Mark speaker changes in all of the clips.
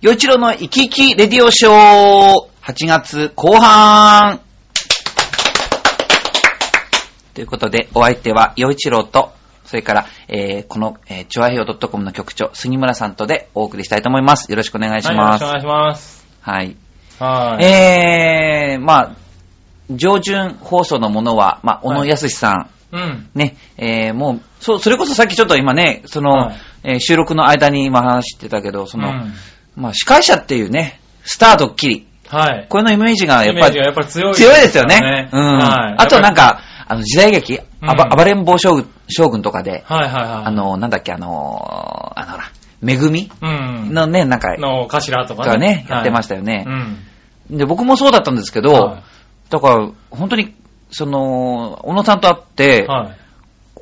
Speaker 1: よいちろの生き生きレディオショー、8月後半。ということで、お相手は、よいちろと、それから、えー、この、えー、チョアヘオ .com の局長、杉村さんとでお送りしたいと思います。よろしくお願いします。
Speaker 2: は
Speaker 1: はい
Speaker 2: よろしくお願いします。
Speaker 1: い。
Speaker 2: はい。
Speaker 1: えー、まあ、上旬放送のものは、まあ、小野康さん、
Speaker 2: うん。
Speaker 1: ね、えーもう、そう、それこそさっきちょっと今ね、その、
Speaker 2: はい
Speaker 1: えー収録の間に今話してたけど、その、
Speaker 2: うん
Speaker 1: まあ、司会者っていうね、スタードッキリ。
Speaker 2: はい。
Speaker 1: これのイメージがやっ
Speaker 2: イメ
Speaker 1: ぱ
Speaker 2: ー
Speaker 1: り
Speaker 2: ジがやっぱり強い。
Speaker 1: 強いですよね。うん。
Speaker 2: はい。
Speaker 1: あとなんか、
Speaker 2: か、
Speaker 1: あの、時代劇、
Speaker 2: うん
Speaker 1: あば暴れん坊将軍将軍とかで、
Speaker 2: はいはいはい。
Speaker 1: あ、の、なんだっけ、あのー、あの、ほら、めぐみ
Speaker 2: うん。
Speaker 1: のね、なんか、
Speaker 2: の頭と
Speaker 1: と
Speaker 2: か
Speaker 1: かね、やってましたたよね
Speaker 2: う。ん。
Speaker 1: で、僕もそうだったんですけど
Speaker 2: は、
Speaker 1: だから、本当に、その、小野さんと会って、
Speaker 2: はい。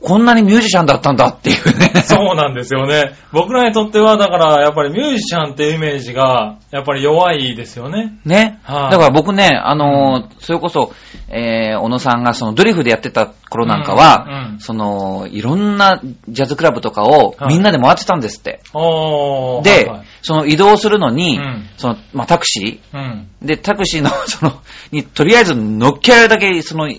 Speaker 1: こんなにミュージシャンだったんだっていうね。
Speaker 2: そうなんですよね。僕らにとっては、だから、やっぱりミュージシャンっていうイメージが、やっぱり弱いですよね。
Speaker 1: ね。
Speaker 2: はい
Speaker 1: だから僕ね、あのーそれこそ、えー、小野さんがそのドリフでやってた頃なんかは、
Speaker 2: うんうん
Speaker 1: その、いろんなジャズクラブとかを
Speaker 2: はい
Speaker 1: みんなで回ってたんですって。
Speaker 2: おー。
Speaker 1: で、
Speaker 2: はいはい
Speaker 1: その移動するのに、
Speaker 2: うん
Speaker 1: その、まあ、タクシ
Speaker 2: うん。
Speaker 1: ーで、タクシーの、 その、に、とりあえず乗っけられるだけ、その、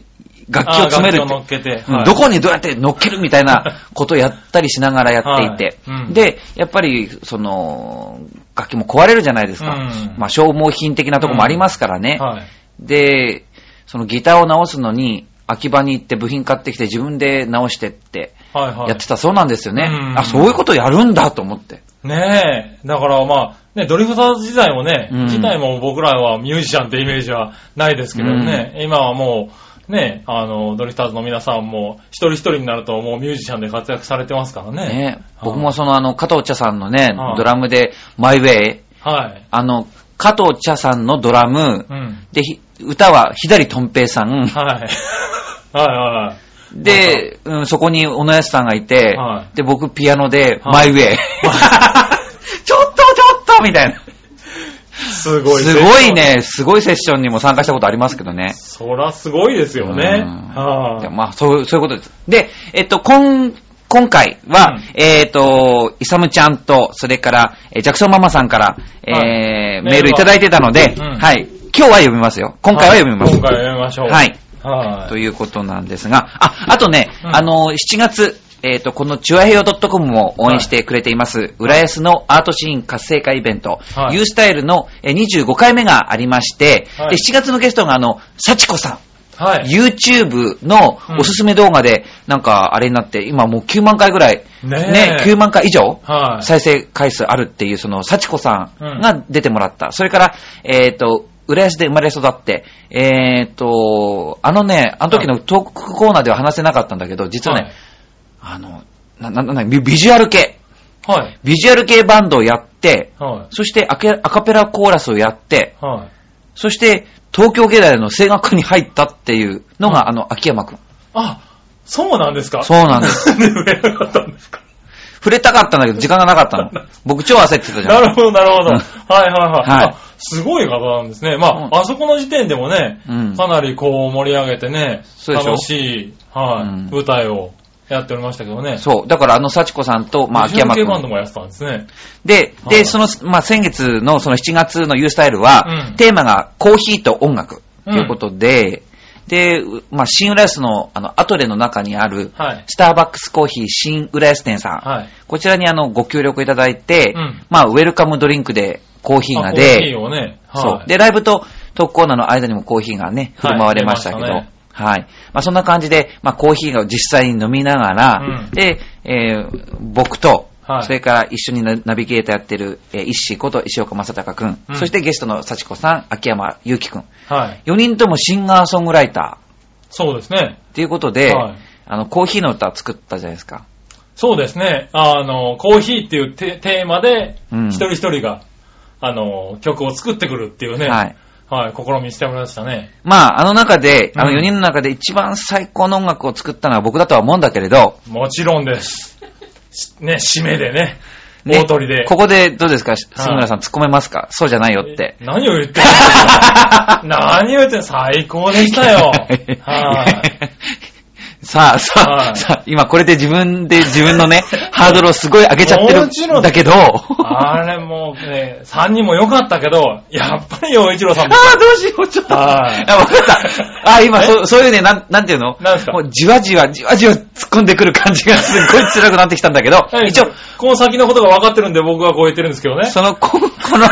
Speaker 1: 楽器を詰める
Speaker 2: あ
Speaker 1: っ
Speaker 2: ー楽器
Speaker 1: て
Speaker 2: を乗っけて。
Speaker 1: うん
Speaker 2: はい
Speaker 1: どこにどうやって乗っけるみたいなことをやったりしながらやっていて、
Speaker 2: はいうん
Speaker 1: で、やっぱり、その、楽器も壊れるじゃないですか。
Speaker 2: うん
Speaker 1: まあ、消耗品的なとこもありますからね。
Speaker 2: はい。
Speaker 1: で、そのギターを直すのに、秋葉に行って部品買ってきて自分で直してって
Speaker 2: はいはい。
Speaker 1: やってたそうなんですよね。
Speaker 2: うん
Speaker 1: あ、そういうことやるんだと思って。
Speaker 2: ねえ、だからまあ、ね、ドリフターズ時代もね、
Speaker 1: うん
Speaker 2: 自体も僕らはミュージシャンってイメージはないですけどね、今はもう、ね、あの、ドリフターズの皆さんも、一人一人になるともうミュージシャンで活躍されてますからね。
Speaker 1: ね、
Speaker 2: はい
Speaker 1: 僕もそのあの、加藤茶さんのね
Speaker 2: は、い
Speaker 1: ドラムで、マイウェイ、
Speaker 2: はい。
Speaker 1: あの、加藤茶さんのドラム
Speaker 2: う、ん。
Speaker 1: で、ひ歌は左とん平さん、
Speaker 2: はい。はいはいはい。
Speaker 1: で、うん、そこに小野安さんがいて、
Speaker 2: は
Speaker 1: で、僕ピアノで、
Speaker 2: は
Speaker 1: マ
Speaker 2: い
Speaker 1: イウェイ。 ちょっとちょっとみたいな。
Speaker 2: すごい。
Speaker 1: すごい。ね、すごいセッションにも参加したことありますけどね。
Speaker 2: そらすごいですよね。
Speaker 1: うん
Speaker 2: はい、
Speaker 1: でまあ、そう、そういうことです。で、えっと、今、今回は、
Speaker 2: うん
Speaker 1: えっと、イサムちゃんと、それから、えージャクソンママさんから、えー
Speaker 2: はい
Speaker 1: メールいただいてたので、
Speaker 2: うん
Speaker 1: はい。今日は読みますよ。今回は読みます。
Speaker 2: 今回は読みましょう。
Speaker 1: はい。
Speaker 2: はい。
Speaker 1: ということなんですが、あ、あとね、
Speaker 2: うん
Speaker 1: あの、7月、えっ、と、このチュアヘヨ .com を応援してくれています、浦安のアートシーン活性化イベント、
Speaker 2: はい
Speaker 1: ユースタイルのえー25回目がありまして、
Speaker 2: はい
Speaker 1: で7月のゲストが、あの、幸子さん。
Speaker 2: はい。
Speaker 1: YouTube の
Speaker 2: うん
Speaker 1: おすすめ動画で、なんかあれになって、今もう9万回ぐらい、
Speaker 2: ねえ
Speaker 1: ね、9万回以上
Speaker 2: はい。
Speaker 1: 再生回数あるっていう、その、幸子さんが出てもらった。それから、えっ、と、浦安で生まれ育って、えっ、と、あのね、あの時のトークコーナーでは話せなかったんだけど、実はね、
Speaker 2: はい
Speaker 1: あの、な、な、な、ビビジュアル系、
Speaker 2: はい。
Speaker 1: ビジュアル系バンドをやって、
Speaker 2: は
Speaker 1: そしてアケアカペラコーラスをやって、
Speaker 2: い。はい。
Speaker 1: そして東京芸大の声楽科に入ったっていうのが、あの、秋山くん。
Speaker 2: あ、そうなんですか。
Speaker 1: そうなんです
Speaker 2: なん で売れなかったんですか
Speaker 1: 触れたかったんだけど、時間がなか ったの。僕超焦ってたじゃん。
Speaker 2: なるほど、なるほど。
Speaker 1: うん
Speaker 2: はいはい
Speaker 1: は
Speaker 2: はいい。あすごい方なんですね。ま
Speaker 1: うん
Speaker 2: あ、あそこの時点でもね
Speaker 1: うん、
Speaker 2: かなりこう盛り上げてね、
Speaker 1: そうでしょ
Speaker 2: 楽しい、は
Speaker 1: うん
Speaker 2: い、舞台をやっておりましたけどね。
Speaker 1: そう。だからあの、幸子さんと、まあ、
Speaker 2: ビジ
Speaker 1: 秋
Speaker 2: ュア
Speaker 1: 山
Speaker 2: ル
Speaker 1: く
Speaker 2: 系バンド
Speaker 1: ん。
Speaker 2: もやってたんですね。
Speaker 1: で、
Speaker 2: は
Speaker 1: で、
Speaker 2: い
Speaker 1: その、まあ、先月のその7月の U スタイルは、
Speaker 2: うん
Speaker 1: テーマがコーヒーと音楽ということで、で、うまあ、新浦安の、あの、アトレの中にある、
Speaker 2: はい。
Speaker 1: スターバックスコーヒー新浦安店さん、
Speaker 2: はい。
Speaker 1: こちらにあの、ご協力いただいて、
Speaker 2: うん
Speaker 1: まあ、ウェルカムドリンクでコーヒーが
Speaker 2: あコーヒ
Speaker 1: で、
Speaker 2: ーをね、
Speaker 1: そう。
Speaker 2: はい。
Speaker 1: で、ライブとトークコーナーの間にもコーヒーがね、振る舞われましたけど、
Speaker 2: は
Speaker 1: はい
Speaker 2: 出
Speaker 1: い
Speaker 2: まし。
Speaker 1: まあ、そんな感じで、まあ、コーヒーを実際に飲みながら、
Speaker 2: うん
Speaker 1: で、えー僕と、
Speaker 2: はい
Speaker 1: それから一緒にナナビゲーターやってる、えー、石こと石岡正隆くん、
Speaker 2: うん
Speaker 1: そしてゲストの幸子さん、秋山祐希くん、
Speaker 2: はい。
Speaker 1: 4人ともシンガーソングライタ
Speaker 2: そうですね。
Speaker 1: ーっていうことで、
Speaker 2: はい
Speaker 1: あの、コーヒーの歌作ったじゃないですか。
Speaker 2: そうですね。あの、コーヒーっていうテテーマで
Speaker 1: うん、
Speaker 2: 一人一人が、あの、曲を作ってくるっていうね、
Speaker 1: はい。
Speaker 2: はい、試みしてもらいましたね。
Speaker 1: まあ、あの中で、あの
Speaker 2: うん
Speaker 1: 4人の中で一番最高の音楽を作ったのは僕だとは思うんだけれど、
Speaker 2: もちろんです。 しね、締めでね。
Speaker 1: ね
Speaker 2: 大鳥で。
Speaker 1: ここでどうですか、杉村さん、突っ込めますかそうじゃないよって。
Speaker 2: え何を言ってん の何を言ってんの最高でしたよ。はい。
Speaker 1: さあ、さあ、
Speaker 2: はい
Speaker 1: さあ、今これで自分で自分のね、ハードルをすごい上げちゃってる
Speaker 2: もちろん
Speaker 1: だけど、
Speaker 2: あれもうね、3人も良かったけど、やっぱり陽一郎さん
Speaker 1: あ
Speaker 2: も。
Speaker 1: あ、どうしよう、ちょっと。あ
Speaker 2: はい、
Speaker 1: わかった。あ今そう、そういうね、なん、なんていうの
Speaker 2: なんですか
Speaker 1: もうじわじわ、じわじわ突っ込んでくる感じがすっごい辛くなってきたんだけど、
Speaker 2: はい
Speaker 1: 一応、、
Speaker 2: この先のことが分かってるんで僕はこう言ってるんですけどね。
Speaker 1: その、こんこの、今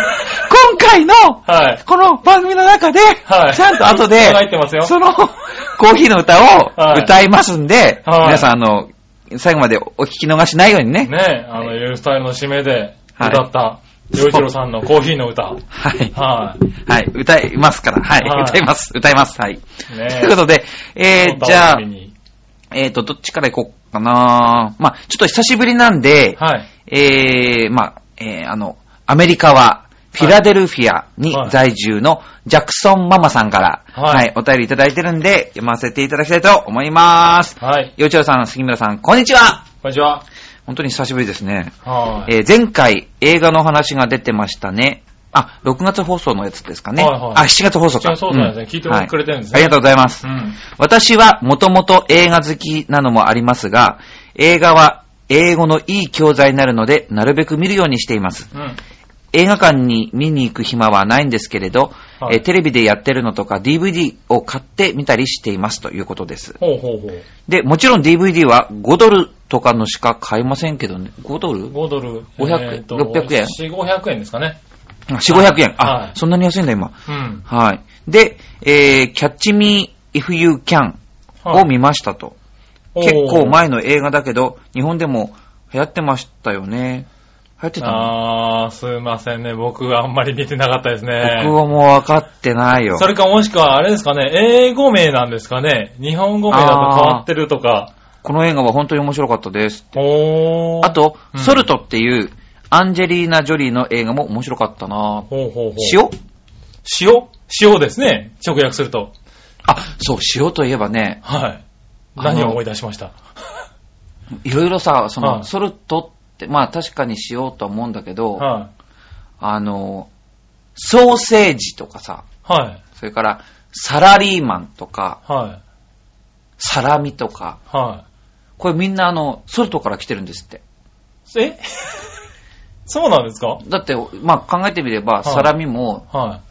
Speaker 1: 回の、
Speaker 2: はい。
Speaker 1: この番組の中で、
Speaker 2: はい
Speaker 1: ちゃんと後で、
Speaker 2: 入ってますよ
Speaker 1: その、 コーヒーの歌を
Speaker 2: はい
Speaker 1: 歌いますんで、
Speaker 2: はい
Speaker 1: 皆さん、あの、最後までお聞き逃しないようにね。
Speaker 2: ね、あの、ユースタイルの締めで
Speaker 1: はい
Speaker 2: 歌った、陽一郎さんのコーヒーの歌。
Speaker 1: はい。
Speaker 2: は
Speaker 1: はい、歌いますから。はい、
Speaker 2: はい
Speaker 1: 歌います。歌います。はい。
Speaker 2: い。ね
Speaker 1: ということで、えー、じゃあ
Speaker 2: お楽し、みに
Speaker 1: えーと、どっちから行こうかなまあちょっと久しぶりなんで、
Speaker 2: はい。
Speaker 1: えー、まあえー、あの、アメリカは、フィラデルフィアに
Speaker 2: はい
Speaker 1: 在住のジャクソンママさんから、
Speaker 2: はい
Speaker 1: はい、お便りいただいてるんで、読ませていただきたいと思います。
Speaker 2: はい。
Speaker 1: よちろさん、杉村さん、こんにちは
Speaker 2: こんにちは。
Speaker 1: 本当に久しぶりですね。
Speaker 2: はい。
Speaker 1: えー前回映画の話が出てましたね。あ、6月放送のやつですかね。
Speaker 2: はいはい
Speaker 1: あ、7月放送か。
Speaker 2: 7月放送ですね聞いてもくれてるんです
Speaker 1: あ
Speaker 2: ね
Speaker 1: りがとうございます
Speaker 2: う。ん。
Speaker 1: 私はもともと映画好きなのもありますが、映画は英語のいい教材になるので、なるべく見るようにしています。
Speaker 2: うん。
Speaker 1: 映画館に見に行く暇はないんですけれど、
Speaker 2: はい
Speaker 1: えーテレビでやってるのとか DVD を買ってみたりしていますということです。
Speaker 2: ほうほうほう。
Speaker 1: で、もちろん DVD は5ドルとかのしか買えませんけどね。5ドル
Speaker 2: 5ドル。
Speaker 1: 500円600円
Speaker 2: 4、500円ですかね。
Speaker 1: あ4、500円。あ、
Speaker 2: はい
Speaker 1: そんなに安いんだ今。
Speaker 2: うん。
Speaker 1: はい。で、えー、Catch Me If You Can を見ましたと。結構前の映画だけど、日本でも流行ってましたよね。流行ってたの
Speaker 2: あー、すいませんね。僕はあんまり見てなかったですね。
Speaker 1: 僕はもう分かってないよ
Speaker 2: そ。れかもしくは、あれですかね、英語名なんですかね。日本語名だと変わってるとか。
Speaker 1: この映画は本当に面白かったです。
Speaker 2: ほー。
Speaker 1: あと、
Speaker 2: うん
Speaker 1: ソルトっていうアンジェリーナ・ジョリーの映画も面白かったな
Speaker 2: ほうほうほう。
Speaker 1: 塩
Speaker 2: 塩塩ですね。直訳すると。
Speaker 1: あ、そう、塩といえばね、
Speaker 2: はい。
Speaker 1: あの
Speaker 2: 何を思い出しました。
Speaker 1: いろいろさ、そ
Speaker 2: は
Speaker 1: の、
Speaker 2: い
Speaker 1: ソルトって、まあ確かに塩とは思うんだけど、
Speaker 2: は
Speaker 1: あの、ソーセージとかさ、
Speaker 2: い。はい。
Speaker 1: それから、サラリーマンとか、
Speaker 2: はい。
Speaker 1: サラミとか、
Speaker 2: は
Speaker 1: これみんなあの、ソルトから来てるんですって。
Speaker 2: い。え そうなんですか
Speaker 1: だって、まあ考えてみれば、
Speaker 2: い
Speaker 1: サラミも
Speaker 2: は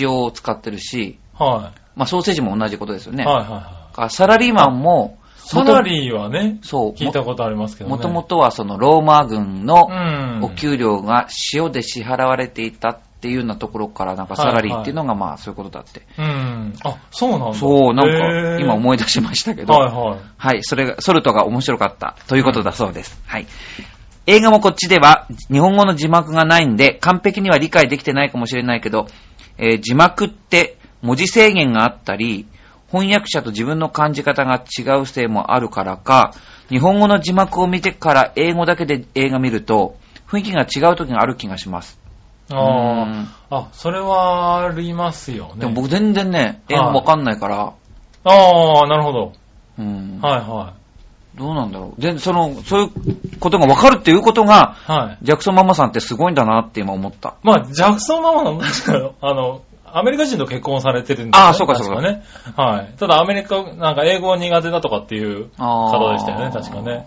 Speaker 1: 塩を使ってるし、
Speaker 2: い。は
Speaker 1: まあソーセージも同じことですよ
Speaker 2: い。
Speaker 1: ね。
Speaker 2: はいはいは
Speaker 1: だからサラリーマンも、
Speaker 2: い。サラリーはね、
Speaker 1: そう、
Speaker 2: 聞いたことありますけどね。
Speaker 1: もともとはそのローマ軍の
Speaker 2: うん。
Speaker 1: お給料が塩で支払われていたっていうようなところから、なんかサラリーっていうのがまあそういうことだって。
Speaker 2: うん。あ、そうなんだ。
Speaker 1: そう、なん
Speaker 2: へ
Speaker 1: か
Speaker 2: ー
Speaker 1: 今思い出しましたけど、
Speaker 2: はいはい。
Speaker 1: はい、それが、ソルトが面白かったということだそうです。はい。映画もこっちでは日本語の字幕がないんで完璧には理解できてないかもしれないけど、えー字幕って文字制限があったり、翻訳者と自分の感じ方が違うせいもあるからか、日本語の字幕を見てから英語だけで映画見ると、雰囲気が違う時がある気がします。うん
Speaker 2: ああ、あ、それはありますよね。
Speaker 1: でも僕全然ね、英
Speaker 2: はい
Speaker 1: 語わかんないから、
Speaker 2: ああ、なるほど。
Speaker 1: うん、
Speaker 2: はいは
Speaker 1: どうなんだろう。で、その、そういうことがわかるっていうことが、
Speaker 2: い。はい。
Speaker 1: ジャクソンママさんってすごいんだなって今思った。
Speaker 2: まあ、ジャクソンママの、 あの、アメリカ人と結婚されてるんですよね
Speaker 1: ああそうかそうか
Speaker 2: 確ね。はい。ただ、アメリカ、なんか英語苦手だとかっていう
Speaker 1: あー
Speaker 2: 方でしたよね、確かね。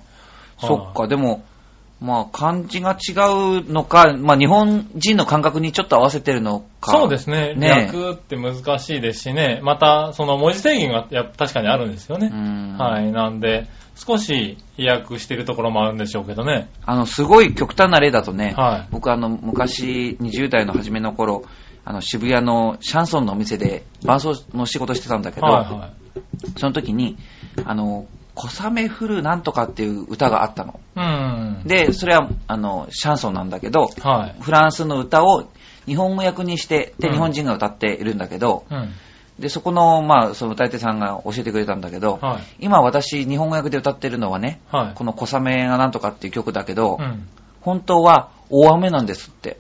Speaker 1: そっか、でも、まあ、漢字が違うのか、まあ、日本人の感覚にちょっと合わせてるのか。
Speaker 2: そうですね。
Speaker 1: ね
Speaker 2: 略って難しいですしね。また、その文字制限がやっぱ確かにあるんですよ
Speaker 1: う
Speaker 2: ね。
Speaker 1: ん。
Speaker 2: はい。なんで、少し意訳してるところもあるんでしょうけどね。
Speaker 1: あの、すごい極端な例だとね、
Speaker 2: はい
Speaker 1: 僕あの、昔、20代の初めの頃、あの、渋谷のシャンソンのお店で伴奏の仕事してたんだけど、
Speaker 2: はいはい。
Speaker 1: その時に、あの、小雨降るなんとかっていう歌があったの。
Speaker 2: うん。
Speaker 1: で、それは、あの、シャンソンなんだけど、
Speaker 2: はい。
Speaker 1: フランスの歌を日本語訳にして、で、
Speaker 2: うん
Speaker 1: 日本人が歌っているんだけど、
Speaker 2: うん。
Speaker 1: で、そこの、まあ、その歌い手さんが教えてくれたんだけど、
Speaker 2: はい。
Speaker 1: 今私、日本語訳で歌ってるのはね、
Speaker 2: はい。
Speaker 1: この小雨がなんとかっていう曲だけど、
Speaker 2: うん。
Speaker 1: 本当は大雨なんですって。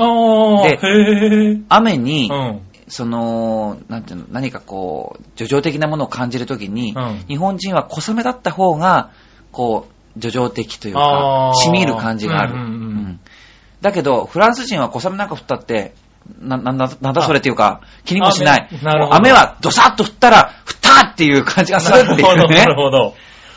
Speaker 2: ああ、
Speaker 1: で
Speaker 2: へえ。
Speaker 1: 雨に、
Speaker 2: うん。
Speaker 1: その、なんていうの、何かこう、叙情的なものを感じるときに、
Speaker 2: うん
Speaker 1: 日本人は小雨だった方が、こう、叙情的というか
Speaker 2: あ、ー
Speaker 1: 染み入る感じがある。
Speaker 2: うんうんうん
Speaker 1: だけど、フランス人は小雨なんか降ったって、な、な、な、なんだそれっていうか、気にもしない。
Speaker 2: 雨なるほど
Speaker 1: もう雨はドサッと降ったら、降ったっていう感じがするっていうね
Speaker 2: なる。ほど。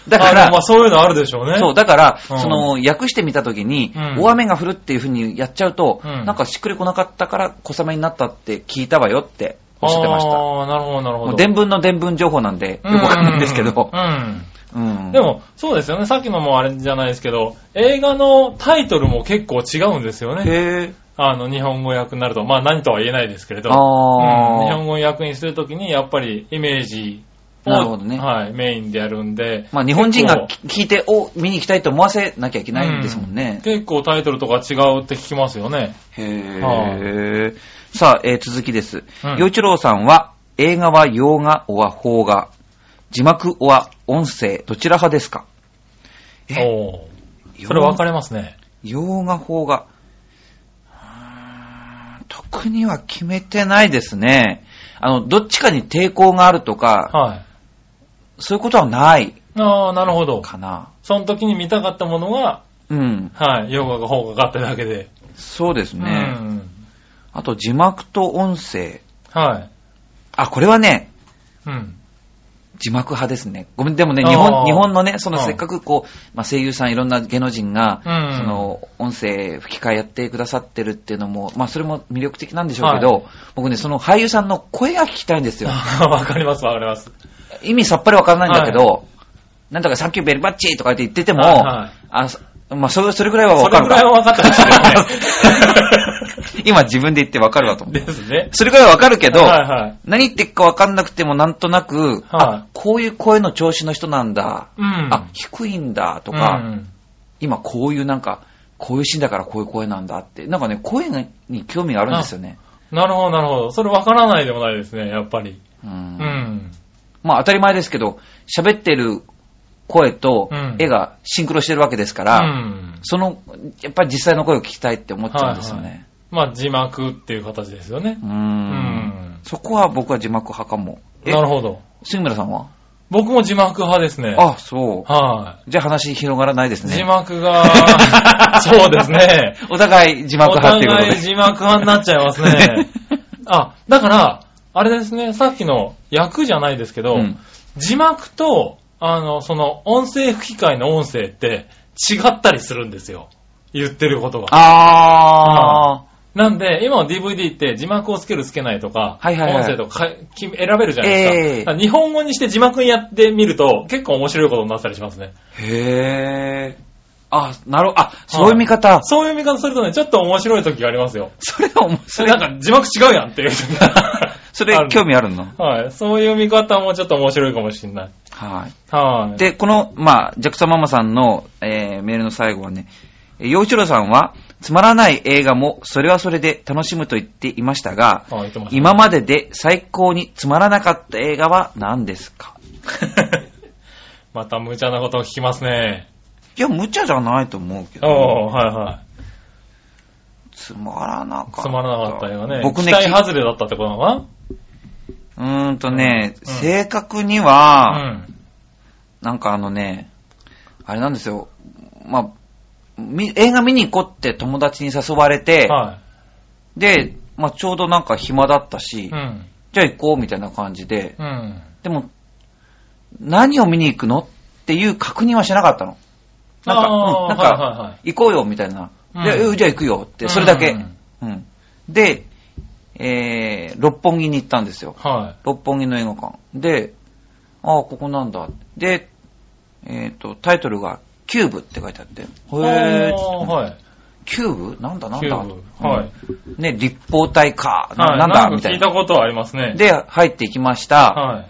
Speaker 1: だか
Speaker 2: あの
Speaker 1: ら
Speaker 2: まあ、そういうのあるでしょうね。
Speaker 1: そう、だから、
Speaker 2: うん
Speaker 1: その、訳してみたときに、
Speaker 2: うん
Speaker 1: 大雨が降るっていうふうにやっちゃうと、
Speaker 2: うん
Speaker 1: なんかしっくりこなかったから小雨になったって聞いたわよっておっしゃってました。
Speaker 2: ああ、なるほど、なるほ
Speaker 1: も
Speaker 2: ど。
Speaker 1: う伝聞の伝聞情報なんで、よくわかんないんですけど
Speaker 2: う。ん。
Speaker 1: うん。
Speaker 2: で、も、そうですよね。さっきのもあれじゃないですけど、映画のタイトルも結構違うんですよね。
Speaker 1: へぇ
Speaker 2: あの、日本語訳になると、まあ何とは言えないですけれど、うん日
Speaker 1: あー
Speaker 2: 本語訳にするときに、やっぱりイメージを、
Speaker 1: なるほどね
Speaker 2: はい、メインでやるんで、
Speaker 1: まあ日本人が
Speaker 2: 結構
Speaker 1: 聞いて、お、見に行きたいと思わせなきゃいけないんですもんね。
Speaker 2: 結構タイトルとか違うって聞きますよね。
Speaker 1: へぇー。さあ、えー続きです
Speaker 2: うん。
Speaker 1: 洋、一郎さんは、映画は洋画、おは邦画、字幕、おは音声、どちら派ですかえ
Speaker 2: おーそれ分かれますね。
Speaker 1: 洋画、邦画。うーん特には決めてないですね。あの、どっちかに抵抗があるとか、
Speaker 2: はい。
Speaker 1: そういうことはない
Speaker 2: ああ、なるほど。
Speaker 1: かな。
Speaker 2: その時に見たかったものが、
Speaker 1: うん。
Speaker 2: はい、ヨガが方がかってだけで。
Speaker 1: そうですね。
Speaker 2: うん。
Speaker 1: あと、字幕と音声。
Speaker 2: はい。
Speaker 1: あ、これはね、
Speaker 2: うん。
Speaker 1: 字幕派ですね。ごめん、でもね、
Speaker 2: あー
Speaker 1: 日本、日本のね、その
Speaker 2: うん
Speaker 1: せっかくこう、まあ、声優さんいろんな芸能人が、
Speaker 2: うん
Speaker 1: その、音声吹き替えやってくださってるっていうのも、まあ、それも魅力的なんでしょうけど、僕ね、その俳優さんの声が聞きたいん ですよ。
Speaker 2: わかります、わかります。
Speaker 1: 意味さっぱりわからないんだけど、なんとかサンキューベルバッチとかって言ってても、
Speaker 2: はいはい
Speaker 1: あそまあ、それ、それぐらいはわ
Speaker 2: そ
Speaker 1: か
Speaker 2: れ
Speaker 1: る
Speaker 2: ぐらいは
Speaker 1: か。
Speaker 2: 分かったんですよ
Speaker 1: 今自分で言ってわかるわと思って。
Speaker 2: ね。ですね。
Speaker 1: それぐらいはわかるけど、
Speaker 2: はいはい。
Speaker 1: 何言ってっかわかんなくてもなんとなく、
Speaker 2: は
Speaker 1: あ、こういう声の調子の人なんだ、
Speaker 2: うん。
Speaker 1: あ、低いんだと
Speaker 2: う
Speaker 1: か、
Speaker 2: ん
Speaker 1: 今こういうなんか、こういうシーンだからこういう声なんだって、なんかね、声に興味があるんですよね。
Speaker 2: なるほど、なるほど。それ分からないでもないですね、やっぱり。
Speaker 1: う
Speaker 2: うんん。
Speaker 1: まあ当たり前ですけど、喋ってる声と
Speaker 2: うん
Speaker 1: 絵がシンクロしてるわけですか
Speaker 2: う
Speaker 1: ら、
Speaker 2: ん。
Speaker 1: その、やっぱり実際の声を聞きたいって思っちゃうんですよね。
Speaker 2: まあ、字幕っていう形ですよね。
Speaker 1: うー。
Speaker 2: うんん。
Speaker 1: そこは僕は字幕派かも。え
Speaker 2: な、るほど。
Speaker 1: 杉村さんは
Speaker 2: 僕も字幕派ですね。
Speaker 1: あ、そ
Speaker 2: は
Speaker 1: う。じゃあ話広がらないです
Speaker 2: い。字
Speaker 1: ね。
Speaker 2: 幕が、 そうですね。
Speaker 1: お互い字幕
Speaker 2: お
Speaker 1: 派っていうこ
Speaker 2: 互
Speaker 1: と
Speaker 2: い
Speaker 1: で。
Speaker 2: 字幕派になっちゃいま すね。あ、だから、あれですね、さっきの役じゃないですけど、
Speaker 1: うん
Speaker 2: 字幕と、あの、その、音声吹き替えの音声って違ったりするんですよ。言ってることが。
Speaker 1: あ
Speaker 2: なんで、今の DVD って字幕をつけるつけないとか、
Speaker 1: はいはいはい
Speaker 2: 音声とかかき選べるじゃないですか。
Speaker 1: ええ
Speaker 2: だから日本語にして字幕にやってみると、結構面白いことになったりしますね。
Speaker 1: ー。へー。あ、なるほど。あ、そういう見方。
Speaker 2: そういう見方するとね、ちょっと面白い時がありますよ。
Speaker 1: それは面
Speaker 2: そ
Speaker 1: 白い。
Speaker 2: れなんか字幕違うやんっていう時が
Speaker 1: それ
Speaker 2: ある
Speaker 1: 興味あるの
Speaker 2: はい。そういう見方もちょっと面白いかもしれない。
Speaker 1: はい。
Speaker 2: はい。
Speaker 1: で、この、まあ、ジャクソンママさんの、えーメールの最後はね、えー洋一郎さんは、つまらない映画も、それはそれで楽しむと言っていましたが、
Speaker 2: あ言ってました
Speaker 1: 今までで最高につまらなかった映画は何ですか
Speaker 2: また無茶なことを聞きますね。
Speaker 1: いや、無茶じゃないと思うけ
Speaker 2: お
Speaker 1: ど、
Speaker 2: おはいはい。
Speaker 1: つまらなかった。
Speaker 2: つまらなかった映画ね。
Speaker 1: 僕ね、
Speaker 2: 期待
Speaker 1: き
Speaker 2: 外れだったってことなのか
Speaker 1: うーんとね、
Speaker 2: うん
Speaker 1: 正確に
Speaker 2: な
Speaker 1: は、
Speaker 2: うん。
Speaker 1: なんかあのね、あれなんですよ、まあ、み映画見に行こうって友達に誘われて、
Speaker 2: は
Speaker 1: で、まあ、ちょうどなんか暇だったし、
Speaker 2: い。うん。
Speaker 1: じゃあ行こうみたいな感じで、
Speaker 2: うん。
Speaker 1: でも、何を見に行くのっていう確認はしなかったの。なんか、
Speaker 2: あー
Speaker 1: うんなん
Speaker 2: はいはいは
Speaker 1: か
Speaker 2: い、
Speaker 1: 行こうよみたいな。
Speaker 2: うん
Speaker 1: でうんじゃあ行くよって、それだけ。
Speaker 2: う
Speaker 1: うんん、で、えー、六本木に行ったんですよ。
Speaker 2: は
Speaker 1: 六本木の映画館。で、ああ、ここなんだ。で、えっ、と、タイトルが、キューブって書いてあって。へ
Speaker 2: い。
Speaker 1: ー
Speaker 2: おーはい。
Speaker 1: キューブなんだなんだ
Speaker 2: キューブはい
Speaker 1: うんね、立方体か。な
Speaker 2: はい
Speaker 1: なん
Speaker 2: な
Speaker 1: だ
Speaker 2: ん
Speaker 1: み
Speaker 2: か
Speaker 1: た
Speaker 2: 聞
Speaker 1: い
Speaker 2: いた
Speaker 1: な。
Speaker 2: ことはありますね。、
Speaker 1: で、入っていきました。
Speaker 2: はい。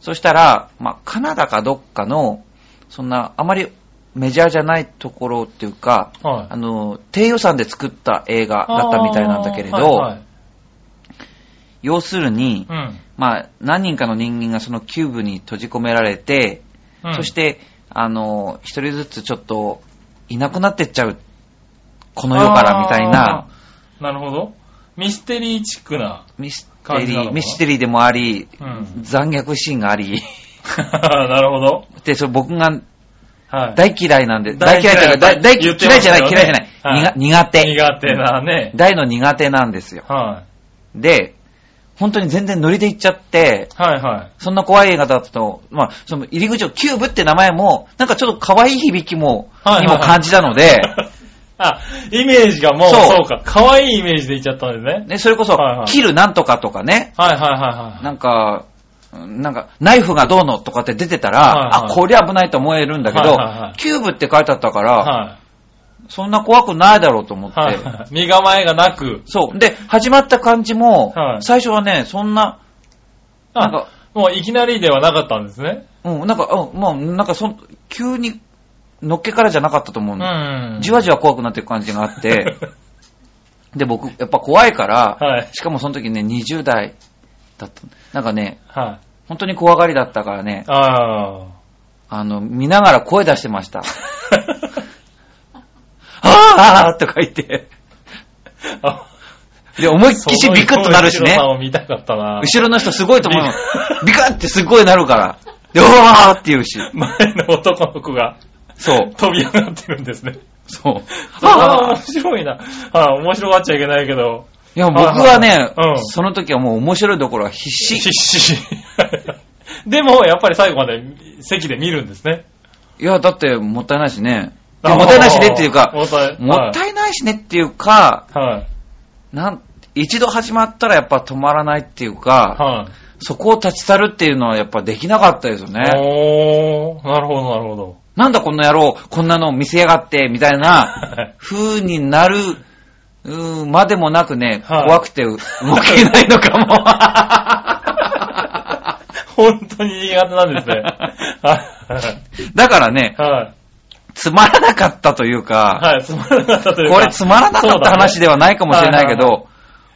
Speaker 1: そしたら、まあ、カナダかどっかの、そんな、あまりメジャーじゃないところっていうか、
Speaker 2: はい
Speaker 1: あの、低予算で作った映画だったみたいなんだけれど、
Speaker 2: あーはいはい
Speaker 1: 要するに、
Speaker 2: うん
Speaker 1: まあ、何人かの人間がそのキューブに閉じ込められて、
Speaker 2: うん。
Speaker 1: そして、あの、一人ずつちょっと、いなくなってっちゃう、この世からみたいな、
Speaker 2: あー。なるほど。ミステリーチックな。
Speaker 1: ミス
Speaker 2: 感
Speaker 1: テ
Speaker 2: じ
Speaker 1: リ
Speaker 2: なのか
Speaker 1: ー、
Speaker 2: な
Speaker 1: ミステリーでもあり、
Speaker 2: うん。
Speaker 1: 残虐シーンがあり、
Speaker 2: なるほど。
Speaker 1: で、それ僕が
Speaker 2: はい。
Speaker 1: 大嫌いなんで、
Speaker 2: 大
Speaker 1: 大
Speaker 2: 嫌
Speaker 1: 嫌
Speaker 2: い
Speaker 1: いというか、大大
Speaker 2: 言
Speaker 1: 嫌
Speaker 2: っ
Speaker 1: い
Speaker 2: て
Speaker 1: じ
Speaker 2: ました
Speaker 1: ゃな
Speaker 2: よ
Speaker 1: い、
Speaker 2: ね
Speaker 1: 嫌いじゃない。
Speaker 2: はい
Speaker 1: にが苦手。
Speaker 2: 苦手なね。
Speaker 1: 大の苦手なんですよ。
Speaker 2: は
Speaker 1: で、本当に全然ノリで行っちゃって、
Speaker 2: い。はいはい。
Speaker 1: そんな怖い映画だったと、まあ、その入り口をキューブって名前も、なんかちょっと可愛い響きも、
Speaker 2: はいはい
Speaker 1: に
Speaker 2: はい
Speaker 1: も感じたので、
Speaker 2: あ、イメージがもう、
Speaker 1: そう
Speaker 2: そうか、可愛いイメージでいっちゃったんですね。
Speaker 1: ね、それこそ
Speaker 2: はいは、い
Speaker 1: 切るなんとかとかね、
Speaker 2: はいはいはいはい。
Speaker 1: なんか、うんなんか、ナイフがどうのとかって出てたら、
Speaker 2: はいはい
Speaker 1: あ、こりゃ危ないと思えるんだけど、
Speaker 2: はいはいはい
Speaker 1: キューブって書いてあったから、
Speaker 2: は
Speaker 1: そんな怖くないだろうと思って、
Speaker 2: い。はいはい。身構えがなく。
Speaker 1: そう。で、始まった感じも、
Speaker 2: はい
Speaker 1: 最初はね、そんな、なん
Speaker 2: あ
Speaker 1: か、
Speaker 2: もういきなりではなかったんですね。
Speaker 1: うん、なんか、うん、まあ、なんかそん、急に、のっけからじゃなかったと思う
Speaker 2: う
Speaker 1: の。
Speaker 2: ん。
Speaker 1: じわじわ怖くなっていく感じがあって、で、僕、やっぱ怖いから、
Speaker 2: はい
Speaker 1: しかもその時ね、20代だった。なんかね、
Speaker 2: は
Speaker 1: 本当に怖がりだったからね
Speaker 2: い。、ああ。
Speaker 1: あの、見ながら声出してま した。あーとか言って、
Speaker 2: あ
Speaker 1: で、思いっきしビクッとなるしね
Speaker 2: その。後ろさんを見たかったな。
Speaker 1: 後ろの人すごいと思うの
Speaker 2: ビ。
Speaker 1: ビカってすごいなるから。で、おーって言うし。
Speaker 2: 前の男の子が
Speaker 1: そう。
Speaker 2: 飛び上がってるんですね。
Speaker 1: そう。
Speaker 2: ああ、
Speaker 1: あ
Speaker 2: 面白いな。あー面白がっちゃいけないけど。
Speaker 1: いや、僕はね
Speaker 2: あーうん、
Speaker 1: その時はもう面白いどころは必死。
Speaker 2: 必死。でも、やっぱり最後まで席で見るんですね。
Speaker 1: いや、だってもったいないしね。い
Speaker 2: あ
Speaker 1: や
Speaker 2: ー
Speaker 1: もったいないしねっていうか、
Speaker 2: もったい
Speaker 1: もったいないしねっていうか、
Speaker 2: はい。
Speaker 1: なん、一度始まったらやっぱ止まらないっていうか、
Speaker 2: はい。
Speaker 1: そこを立ち去るっていうのはやっぱできなかったですよね。
Speaker 2: おー、なるほど、なるほど。
Speaker 1: なんだこの野郎、こんなの見せやがって、みたいな。
Speaker 2: はい
Speaker 1: 風になる、うーんまでもなくね、
Speaker 2: はい
Speaker 1: 怖くて動けないのか
Speaker 2: 本当に苦手なんですね。は
Speaker 1: も。だからね
Speaker 2: い。、はい。
Speaker 1: つまらなかったというか、
Speaker 2: はい、つまらなかったというか。
Speaker 1: これつまらなかった話ではないかもしれないけ
Speaker 2: そうだ
Speaker 1: ど、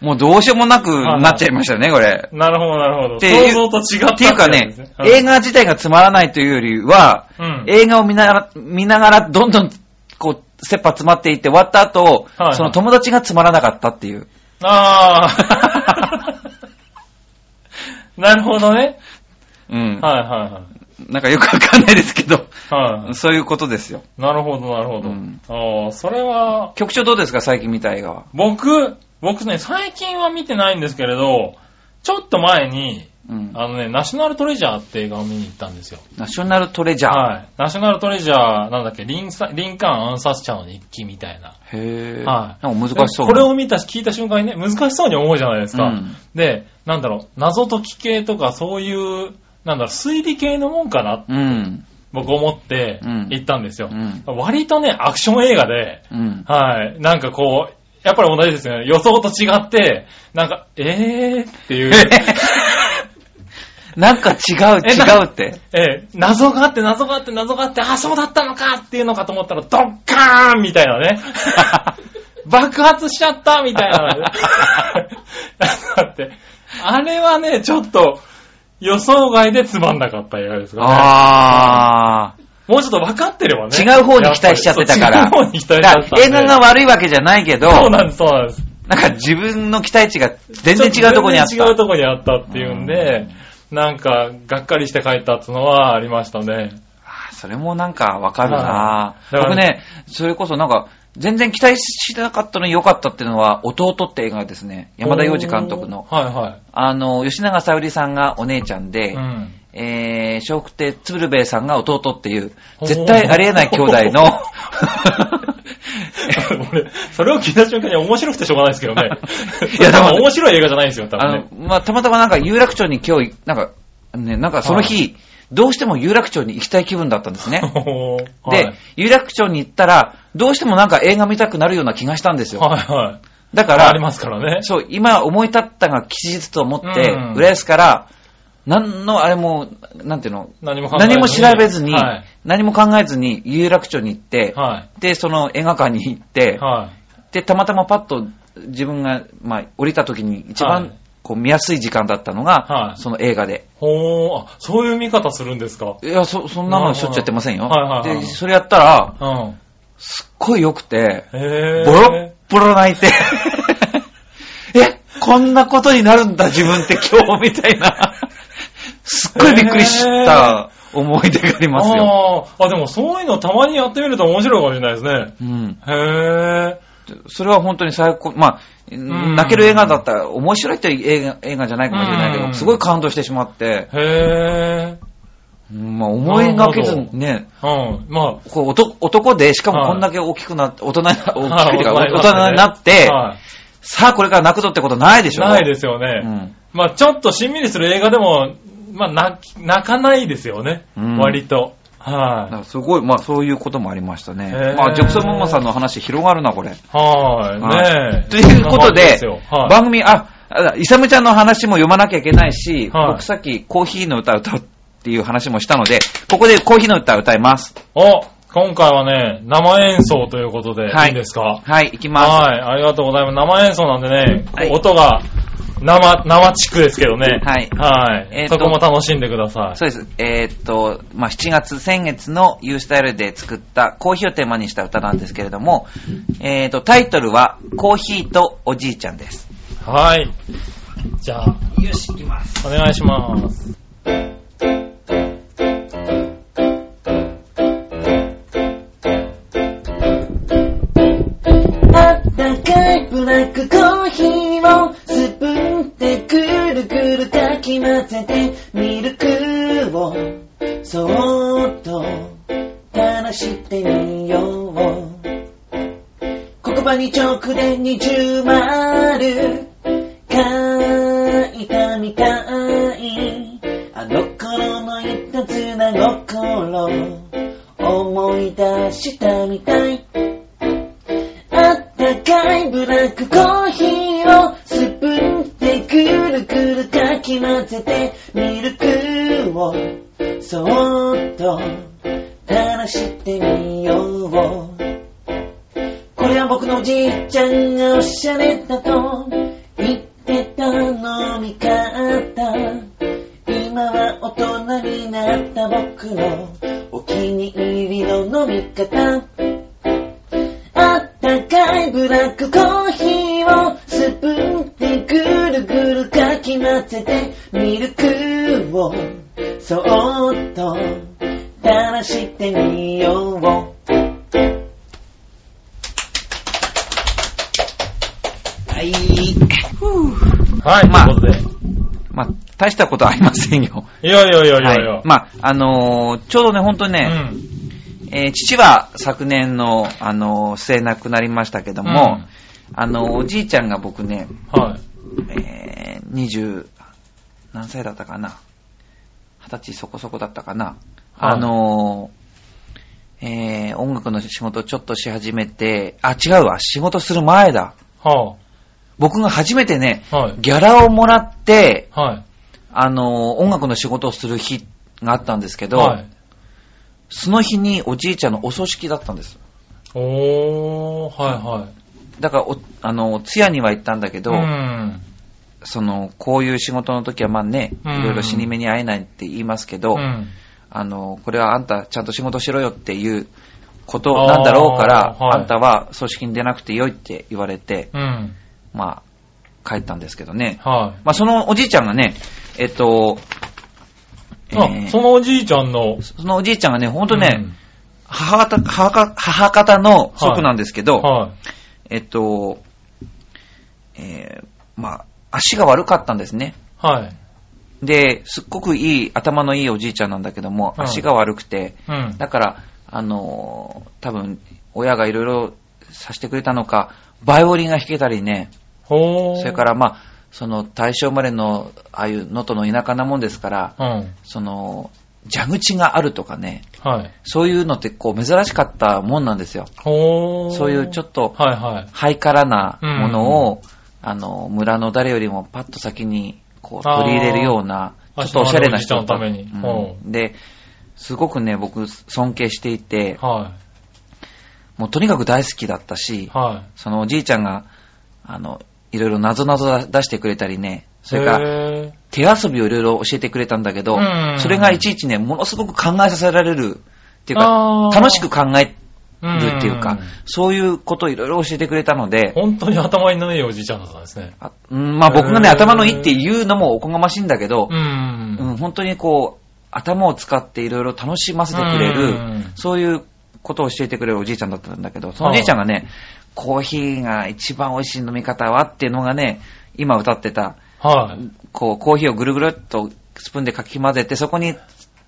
Speaker 1: もうどうしようもなくなっちゃいましたよね、これ。
Speaker 2: なるほど、なるほど。
Speaker 1: ていう
Speaker 2: 想像と違った
Speaker 1: っていうかね、映
Speaker 2: 映
Speaker 1: 画自体がつまらないというよりは、
Speaker 2: 画、うん。
Speaker 1: 映画を見ながら、見ながらどんどん、こう、切羽詰まっていって終わった後
Speaker 2: はいは、い
Speaker 1: その友達がつまらなかったっていう。
Speaker 2: あー。 なるほどね。
Speaker 1: うん。
Speaker 2: はい、は
Speaker 1: なんかよくわかんないですけど。
Speaker 2: い、はい。は
Speaker 1: そういうことですよ。
Speaker 2: い。なるほど、なるほど。
Speaker 1: うん
Speaker 2: あー、それは、
Speaker 1: 局長どうですか最近見た映画は。
Speaker 2: 僕、僕ね、最近は見てないんですけれど、ちょっと前に、
Speaker 1: うん。
Speaker 2: あのね、ナショナルトレジャーって映画を見に行ったんですよ。
Speaker 1: ナショナルトレジャー。
Speaker 2: はい。ナショナルトレジャー、なんだっけ、リンサリンカーン暗殺者の日記みたいな。
Speaker 1: へぇー。
Speaker 2: はい
Speaker 1: なんか難しそう
Speaker 2: こ
Speaker 1: な。
Speaker 2: れを見たし、聞いた瞬間にね、難しそうに思うじゃないですか。
Speaker 1: うん
Speaker 2: で、なんだろう、謎解き系とかそういう、なんだろう、推理系のもんかな、
Speaker 1: うん。
Speaker 2: 僕思って
Speaker 1: うん
Speaker 2: 行ったんですよ。
Speaker 1: うん
Speaker 2: 割とね、アクション映画で、
Speaker 1: うん。
Speaker 2: はい。なんかこう、やっぱり同じですよね。予想と違って、なんか、えーっていう、
Speaker 1: なんか違う、
Speaker 2: え
Speaker 1: 違
Speaker 2: な
Speaker 1: うって。
Speaker 2: え ー謎があって、謎があって、謎があって、あ、そうだったのかっていうのかと思ったら、ドッカーンみたい なね。爆発しちゃったみたいな。だって、あれはね、ちょっと、予想外でつまんなかった映画ですからね。
Speaker 1: あー。
Speaker 2: もうちょっと分かってればね。
Speaker 1: 違う方に期待しちゃってたから。
Speaker 2: やっぱりそう違う方に期待しちゃ
Speaker 1: だ
Speaker 2: った
Speaker 1: から映画が悪いわけじゃないけど、
Speaker 2: そうなんです、そうなんです。
Speaker 1: なんか自分の期待値が全然違うとこにあった。
Speaker 2: 全然違うとこにあったっていうんで、なんか、がっかりして帰ったっていうのはありましたね。
Speaker 1: あーそれもなんかわかるな
Speaker 2: はいだから
Speaker 1: 僕ね、それこそなんか、全然期待してなかったのに良かったっていうのは、弟って映画ですね。山田洋次監督の。
Speaker 2: おー。はいはい。
Speaker 1: あの、吉永さゆりさんがお姉ちゃんで、
Speaker 2: うん。
Speaker 1: えー、笑福亭鶴瓶さんが弟っていう、
Speaker 2: おー
Speaker 1: 絶対ありえない兄弟 の、
Speaker 2: 俺、それを聞いた瞬間に面白くてしょうがないですけどね
Speaker 1: 。いやでも
Speaker 2: 多分面白い映画じゃないんですよ、多
Speaker 1: あ
Speaker 2: 分
Speaker 1: の
Speaker 2: ね。、
Speaker 1: まあ、たまたまなんか有楽町に今日、なんか、ね、なんかその日、どうしても有楽町に行きたい気分だったんですね。
Speaker 2: おー はい
Speaker 1: で、有楽町に行ったら、どうしてもなんか映画見たくなるような気がしたんですよ。
Speaker 2: はいはい。
Speaker 1: だか
Speaker 2: あ
Speaker 1: ら
Speaker 2: り、ますからね。
Speaker 1: そう、今思い立ったが吉日と思って
Speaker 2: うん、
Speaker 1: 浦安から、何のあれも、なんていうの、
Speaker 2: 何も考えず
Speaker 1: 何
Speaker 2: に
Speaker 1: も調べずに
Speaker 2: はい。、
Speaker 1: 何も考えずに、有楽町に行って、
Speaker 2: は
Speaker 1: で、その映画館に行って
Speaker 2: い。、は
Speaker 1: で、たまたまパッと自分が、まあ、降りた時に一
Speaker 2: は
Speaker 1: 番
Speaker 2: い、
Speaker 1: こう、見やすい時間だったの
Speaker 2: は
Speaker 1: が、
Speaker 2: い
Speaker 1: その映画で。
Speaker 2: い。ほー、あ、そういう見方するんですか
Speaker 1: いや、そ、そんなのしょっちゅうやってませんよ
Speaker 2: なるほどは。いはいは
Speaker 1: で、
Speaker 2: い
Speaker 1: それやったら、
Speaker 2: うん。
Speaker 1: すっごい良くて、
Speaker 2: へー。
Speaker 1: ボロッボロ泣いて、 え、こんなことになるんだ自分って今日みたいな。すっごいびっくりした思い出がありますよ。
Speaker 2: あーあ、でもそういうのたまにやってみると面白いかもしれないですね。
Speaker 1: うん。
Speaker 2: へえ。
Speaker 1: それは本当に最高、まあ、
Speaker 2: ん
Speaker 1: 泣ける映画だったら、面白いって映画映画じゃないかもしれないけ
Speaker 2: う
Speaker 1: ど、
Speaker 2: ん
Speaker 1: すごい感動してしまって、
Speaker 2: へえ。
Speaker 1: うんまあ、思いがけず
Speaker 2: なるほ
Speaker 1: ね、
Speaker 2: うん。ま
Speaker 1: こう男男で、しか
Speaker 2: は
Speaker 1: も
Speaker 2: い
Speaker 1: こんだけ大きくなって、大人にな
Speaker 2: あ、
Speaker 1: 大きくっていうか
Speaker 2: は
Speaker 1: 大
Speaker 2: い
Speaker 1: 人になっ
Speaker 2: 大人に
Speaker 1: て、
Speaker 2: なって
Speaker 1: さあこれから泣くぞってことないでしょ
Speaker 2: はいないですよね。
Speaker 1: うん。
Speaker 2: まあちょっとしんみりする映画でも、まあ泣き泣かないですよね。
Speaker 1: うん
Speaker 2: 割と。
Speaker 1: だか
Speaker 2: は
Speaker 1: らすごい、まあそういうこともありましたね
Speaker 2: へー。
Speaker 1: まあ、ジョクソンママさんの話広がるな、これ。
Speaker 2: い。はい。ねえ。
Speaker 1: ということで、
Speaker 2: そんな感じすよはい
Speaker 1: 番組、あ、あイサムちゃんの話も読まなきゃいけないし、
Speaker 2: はい
Speaker 1: 僕さっきコーヒーの歌を歌うっていう話もしたので、ここでコーヒーの歌を歌います。
Speaker 2: お、今回はね、生演奏ということで、、
Speaker 1: はいい
Speaker 2: いんですか
Speaker 1: はい、いきま
Speaker 2: はい、ありがとうございます。生演奏なんでね、
Speaker 1: はい
Speaker 2: 音が生、生チックですけどね。
Speaker 1: はい
Speaker 2: はい。
Speaker 1: えーと
Speaker 2: そこも楽しんでください。
Speaker 1: す。そうです。えーっと、まあ、7月、先月の U スタイルで作ったコーヒーをテーマにした歌なんですけれども、えーっと、タイトルは、コーヒーとおじいちゃんです。
Speaker 2: はい。じゃあ、
Speaker 1: よし、いきます。
Speaker 2: お願いします。
Speaker 3: あったかいブラックコーヒーをスプーンでぐるぐるかき混ぜてミルクをそーっと垂らしてみよう黒板にチョークで二重丸書いたみたいあの頃のいたずら心思い出したみたいあったかいブラックコーヒーをスプーンでぐるぐるかき混ぜてミルクをそーっと垂らしてみようこれは僕のおじいちゃんがおしゃれだと言ってた飲み方今は大人になった僕のお気に入りの飲み方あったかいブラックコーヒーをスプーンでぐるぐるかき混ぜてミルクをそーっと垂らしてみよう
Speaker 1: はい。
Speaker 2: はい、
Speaker 1: まあ
Speaker 2: ということで。
Speaker 1: まあ、大したことはありませんよ。
Speaker 2: いやいやいやいやいや。
Speaker 1: はい。まあ、あのーちょうどね、本当にね、
Speaker 2: うん。
Speaker 1: えー父は昨年の、あのー末亡くなりましたけども、あのーおじいちゃんが僕ね、
Speaker 2: はい。
Speaker 1: えー、20、何歳だったかな二十歳そこそこだったかな、
Speaker 2: はい
Speaker 1: あのーえー音楽の仕事をちょっとし始めて、あ、違うわ、仕事する前だ。
Speaker 2: は
Speaker 1: 僕が初めてね、
Speaker 2: あ、はい。
Speaker 1: ギャラをもらって、
Speaker 2: はい。
Speaker 1: あのー音楽の仕事をする日があったんですけど、
Speaker 2: はい。
Speaker 1: その日におじいちゃんのお葬式だったんです。
Speaker 2: おー、はいはい。
Speaker 1: だからお、あの、通夜には行ったんだけど、
Speaker 2: うん。
Speaker 1: その、こういう仕事の時はまあね、い
Speaker 2: うん
Speaker 1: ろいろ死に目に会えないって言いますけど、
Speaker 2: うん
Speaker 1: あの、これはあんたちゃんと仕事しろよっていうことなんだろうから、
Speaker 2: あー
Speaker 1: あ,、
Speaker 2: はい
Speaker 1: んたは組織に出なくてよいって言われて、
Speaker 2: うん。
Speaker 1: まあ、帰ったんですけどね。
Speaker 2: はい。
Speaker 1: まあ、そのおじいちゃんがね、えっと、えー
Speaker 2: あ、そのおじいちゃんの。
Speaker 1: そのおじいちゃんがね、ほんとね、
Speaker 2: うん
Speaker 1: 母方、母か母方の祖父なんですけど、
Speaker 2: は
Speaker 1: えっと、えーまあ、足が悪かったんですね。
Speaker 2: い。はい。
Speaker 1: で、すっごくいい、頭のいいおじいちゃんなんだけども、
Speaker 2: うん
Speaker 1: 足が悪くて、
Speaker 2: うん。
Speaker 1: だから、あのー多分、親がいろいろさせてくれたのか、バイオリンが弾けたりね、
Speaker 2: ほー。
Speaker 1: それからまあ、その大正生まれの、ああいう能登の田舎なもんですから、
Speaker 2: ら、うん。
Speaker 1: その、蛇口があるとかね、
Speaker 2: はい。
Speaker 1: そういうのってこう珍しかったもんなんですよ。
Speaker 2: ほー。
Speaker 1: そういうちょっと、
Speaker 2: はいはい。
Speaker 1: ハイカラなものを、あの、村の誰よりもパッと先に、こう、
Speaker 2: あー
Speaker 1: 取り入れるような、ちょっとおしゃれな人だった
Speaker 2: 明日のおじいちゃんのために
Speaker 1: うんで、すごくね、僕、尊敬していて、
Speaker 2: は
Speaker 1: もうとにかく大好きだった
Speaker 2: い。
Speaker 1: し、
Speaker 2: は
Speaker 1: そのおじいちゃんが、あの、いろいろ謎々出してくれたりね、
Speaker 2: い。
Speaker 1: それから、
Speaker 2: へ
Speaker 1: 手遊びをいろいろ教えてくれたんだけど
Speaker 2: うん、
Speaker 1: それがいちいちね、ものすごく考えさせられる、っていう
Speaker 2: あ
Speaker 1: か、
Speaker 2: ー
Speaker 1: 楽しく考え
Speaker 2: ー
Speaker 1: るっていうか
Speaker 2: ん、
Speaker 1: そういうことをいろいろ教えてくれたので、
Speaker 2: 本当に頭にのいいおじいちゃんだったんですね。
Speaker 1: あうんまあ僕がね、
Speaker 2: へー
Speaker 1: 頭のいいって言うのもおこがましいんだけど
Speaker 2: う、ん。
Speaker 1: うん、本当にこう、頭を使っていろいろ楽しませてくれ
Speaker 2: う
Speaker 1: る
Speaker 2: ん、
Speaker 1: そういうことを教えてくれるおじいちゃんだったんだけど、そのおじいちゃんがね、コーヒーが一番美味しい飲み方はっていうのがね、今歌ってた、
Speaker 2: はい。
Speaker 1: こう、コーヒーをぐるぐるっとスプーンでかき混ぜて、そこに、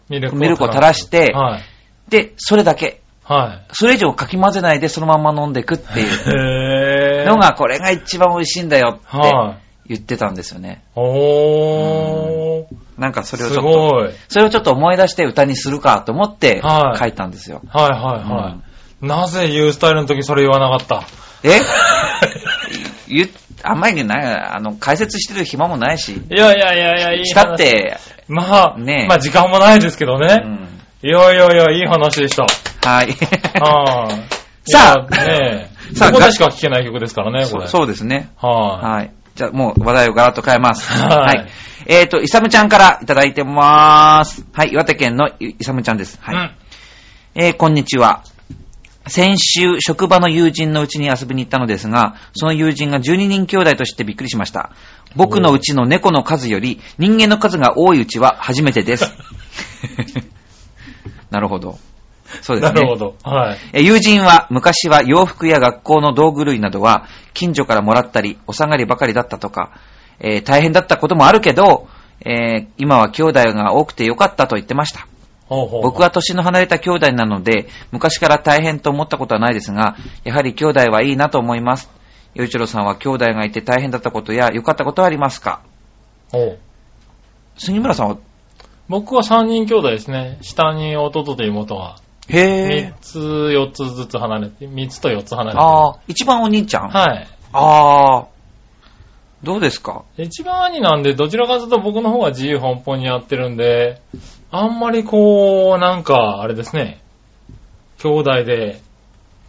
Speaker 2: ミ
Speaker 1: ミルクを垂らして
Speaker 2: はい。
Speaker 1: で、それだけ。
Speaker 2: は
Speaker 1: それ以上かき混ぜないでそのまま飲んでくって
Speaker 2: い。
Speaker 1: いう
Speaker 2: へー。
Speaker 1: のが、これが一番美味しいんだよって
Speaker 2: はい。
Speaker 1: 言ってたんですよね。
Speaker 2: おー。
Speaker 1: なんかそれをち
Speaker 2: す
Speaker 1: ょっと、
Speaker 2: ごい。はい
Speaker 1: それをちょっと思い出して歌にするかと思って
Speaker 2: はい
Speaker 1: 書いたんですよ。
Speaker 2: はいはい。なぜユースタイルの時それ言わなかった
Speaker 1: え 言っあんまりね、なあの、解説してる暇もないし、
Speaker 2: いやいやいやいや、いい話。
Speaker 1: したっ。て、
Speaker 2: まあ、
Speaker 1: ねえ
Speaker 2: まあ時間もないですけど
Speaker 1: う
Speaker 2: ね。
Speaker 1: ん
Speaker 2: いやいやいや、いい話でした。
Speaker 1: はい。
Speaker 2: はい。
Speaker 1: さ
Speaker 2: いやねえ。
Speaker 1: さあ
Speaker 2: ここでしか聴けない曲ですからね、こ
Speaker 1: そ
Speaker 2: れ。
Speaker 1: う そうですね。
Speaker 2: はい。
Speaker 1: はい。じゃあ、もう話題をガラッと変えます。
Speaker 2: は
Speaker 1: はいい。えっ、と、イサムちゃんからいただいてます。はい、岩手県のイイサムちゃんです。はい。
Speaker 2: うん
Speaker 1: えーこんにちは。先週、職場の友人のうちに遊びに行ったのですが、その友人が12人兄弟と知ってびっくりしました。僕のうちの猫の数より人間の数が多いうちは初めて です。なるほど。そうです
Speaker 2: な
Speaker 1: ね。
Speaker 2: るほど。はい。
Speaker 1: えー友人は昔は洋服や学校の道具類などは近所からもらったりお下がりばかりだったとか、えー大変だったこともあるけど、えー今は兄弟が多くてよかったと言ってました。
Speaker 2: ほうほう
Speaker 1: 僕は年の離れた兄弟なので、昔から大変と思ったことはないですが、やはり兄弟はいいなと思います。洋一郎さんは兄弟がいて大変だったことや良かったことはありますか
Speaker 2: ほう
Speaker 1: 杉村さんは、
Speaker 2: 僕は3人兄弟ですね。下に弟と妹が。
Speaker 1: へ
Speaker 2: 3つ、4つずつ離れて、3つと4つ離れて。
Speaker 1: ああ、一番お兄ちゃん、
Speaker 2: は
Speaker 1: ああ、どうですか
Speaker 2: い。一番兄なんで、どちらかというと僕の方が自由奔放にやってるんで、あんまりこう、なんか、あれですね。兄弟で、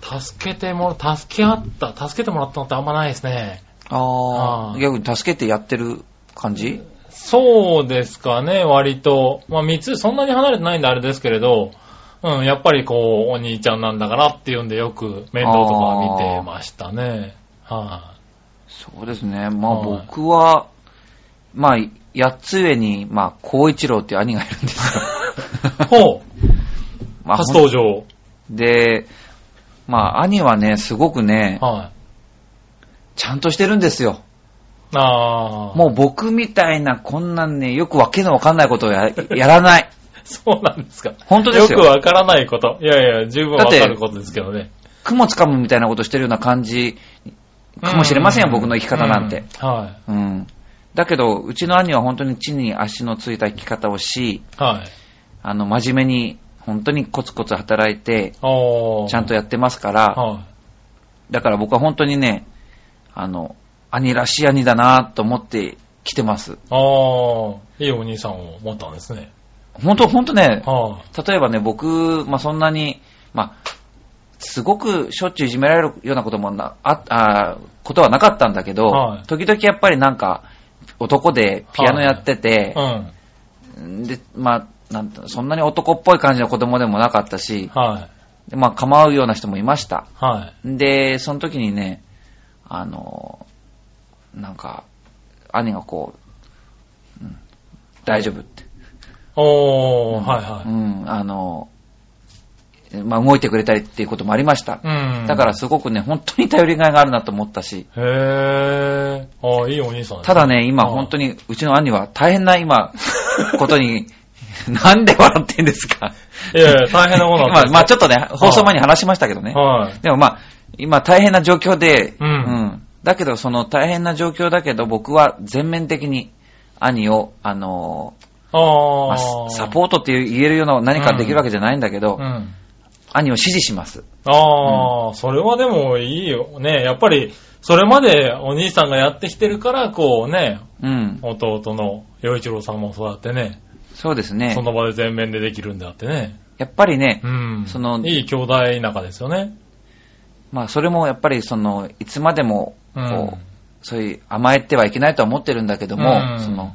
Speaker 2: 助けてもら、助け合った、助けてもらったのってあんまないですね。
Speaker 1: あ
Speaker 2: あ
Speaker 1: あ、
Speaker 2: ー
Speaker 1: 逆に助けてやってる感じ
Speaker 2: そうですかね、割と。まあ、三つ、そんなに離れてないんであれですけれど、うん、やっぱりこう、お兄ちゃんなんだからっていうんでよく面倒とかは見てましたね。は
Speaker 1: そうですね。まあ
Speaker 2: はい
Speaker 1: 僕は、まあ、八つ上に、まあ、孝一郎っていう兄がいるんです
Speaker 2: い、
Speaker 1: が
Speaker 2: ほう、
Speaker 1: まあ
Speaker 2: 初登場。
Speaker 1: で、まあ、兄はね、すごくね、
Speaker 2: はい。
Speaker 1: ちゃんとしてるんですよ。
Speaker 2: ああ。
Speaker 1: もう僕みたいな、こんなんね、よくわけのわかんないことをや やらない。
Speaker 2: そうなんですか。
Speaker 1: 本当ですよ
Speaker 2: よくわからないこと。いやいや、十分わかることですけどね。
Speaker 1: 雲つかむみたいなことしてるような感じかもしれませんよ、
Speaker 2: う
Speaker 1: 僕の生き方なんて。。
Speaker 2: うんは
Speaker 1: うん。だけど、うちの兄は本当に地に足のついた生き方をし、
Speaker 2: い。はい。
Speaker 1: あの、真面目に、本当にコツコツ働いて、
Speaker 2: おー
Speaker 1: ちゃんとやってますから、
Speaker 2: はい。
Speaker 1: だから僕は本当にね、あの、兄らしい兄だなと思って来てます。
Speaker 2: ああ、いいお兄さんを持ったんですね。
Speaker 1: 本当、本当ね、
Speaker 2: は
Speaker 1: 例えばね、僕、まあ、そんなに、まあ、すごくしょっちゅういじめられるようなこともな、あ、あことはなかったんだけど、
Speaker 2: はい
Speaker 1: 時々やっぱりなんか、男でピアノやって
Speaker 2: い。
Speaker 1: て、
Speaker 2: うん。
Speaker 1: で、まあ、なんてそんなに男っぽい感じの子供でもなかったし、
Speaker 2: はい。
Speaker 1: でまあ、構うような人もいました。
Speaker 2: はい。
Speaker 1: で、その時にね、あの、なんか、兄がこう、うん大丈夫って。
Speaker 2: おー、はいは
Speaker 1: うん、あの、まあ、動いてくれたりっていうこともありました。
Speaker 2: い。うん。
Speaker 1: だから、すごくね、本当に頼りがいがあるなと思ったし、
Speaker 2: へー。ああ、いいお兄さんです
Speaker 1: ただね、今
Speaker 2: うん
Speaker 1: 本当に、うちの兄は大変な今、ことに、 なんで笑ってんですか
Speaker 2: いやいや、大変なも の
Speaker 1: まあ、まあちょっとね、
Speaker 2: い
Speaker 1: 放送前に話しましたけどね。
Speaker 2: はい。
Speaker 1: でもまあ、今大変な状況で、
Speaker 2: うん
Speaker 1: だけど、その大変な状況だけど、僕は全面的に兄を、あのーま
Speaker 2: あ
Speaker 1: あ
Speaker 2: あ。
Speaker 1: サポートっていう言えるような何かできるわけじゃないんだけど、
Speaker 2: うん。
Speaker 1: 兄を支持します。
Speaker 2: ああ、それはでもいいよ。ね、やっぱり、それまでお兄さんがやってきてるから、こうね、
Speaker 1: うん。
Speaker 2: 弟の洋一郎さんもそうやってね、
Speaker 1: そうですね
Speaker 2: そ。の場で全面でできるんであってね。
Speaker 1: やっぱりね
Speaker 2: う、ん。
Speaker 1: その
Speaker 2: いい兄弟仲ですよね。
Speaker 1: まあ、それもやっぱり、その、いつまでも、こう、
Speaker 2: うん
Speaker 1: そういう甘えてはいけないとは思ってるんだけども、
Speaker 2: うん
Speaker 1: その、